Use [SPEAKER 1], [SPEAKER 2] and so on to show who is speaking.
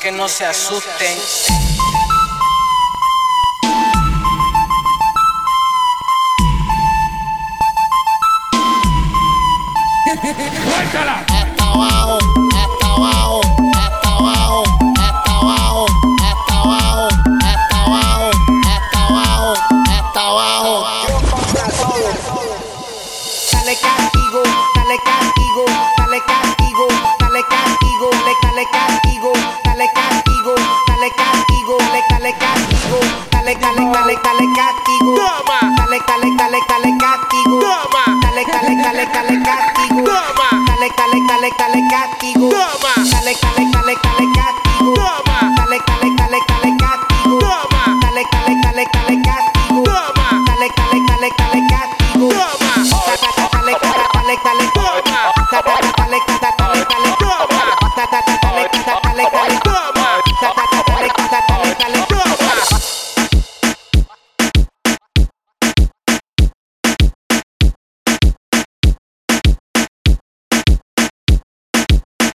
[SPEAKER 1] que no se asusten.
[SPEAKER 2] ¡Suéltala!
[SPEAKER 3] hasta abajo, hasta abajo, hasta abajo, hasta abajo, hasta abajo, hasta abajo, hasta abajo, hasta abajo.
[SPEAKER 4] Dale castigo, dale castigo, dale castigo, dale castigo, le dale castigo, dale castigo, dale castigo, le dale castigo, dale dale dale dale castigo,
[SPEAKER 3] Toma.
[SPEAKER 4] dale dale dale dale castigo,
[SPEAKER 3] Toma.
[SPEAKER 4] dale dale dale dale castigo,
[SPEAKER 3] Toma.
[SPEAKER 4] dale dale dale dale castigo,
[SPEAKER 3] Toma.
[SPEAKER 4] dale dale dale dale castigo,
[SPEAKER 3] Toma.
[SPEAKER 4] dale dale dale dale castigo,
[SPEAKER 3] Toma.
[SPEAKER 4] dale dale dale dale castigo,
[SPEAKER 3] Toma.
[SPEAKER 4] dale dale dale dale castigo,
[SPEAKER 3] Toma.
[SPEAKER 4] Dale, dale, dale, dale, dale, dale, dale, dale,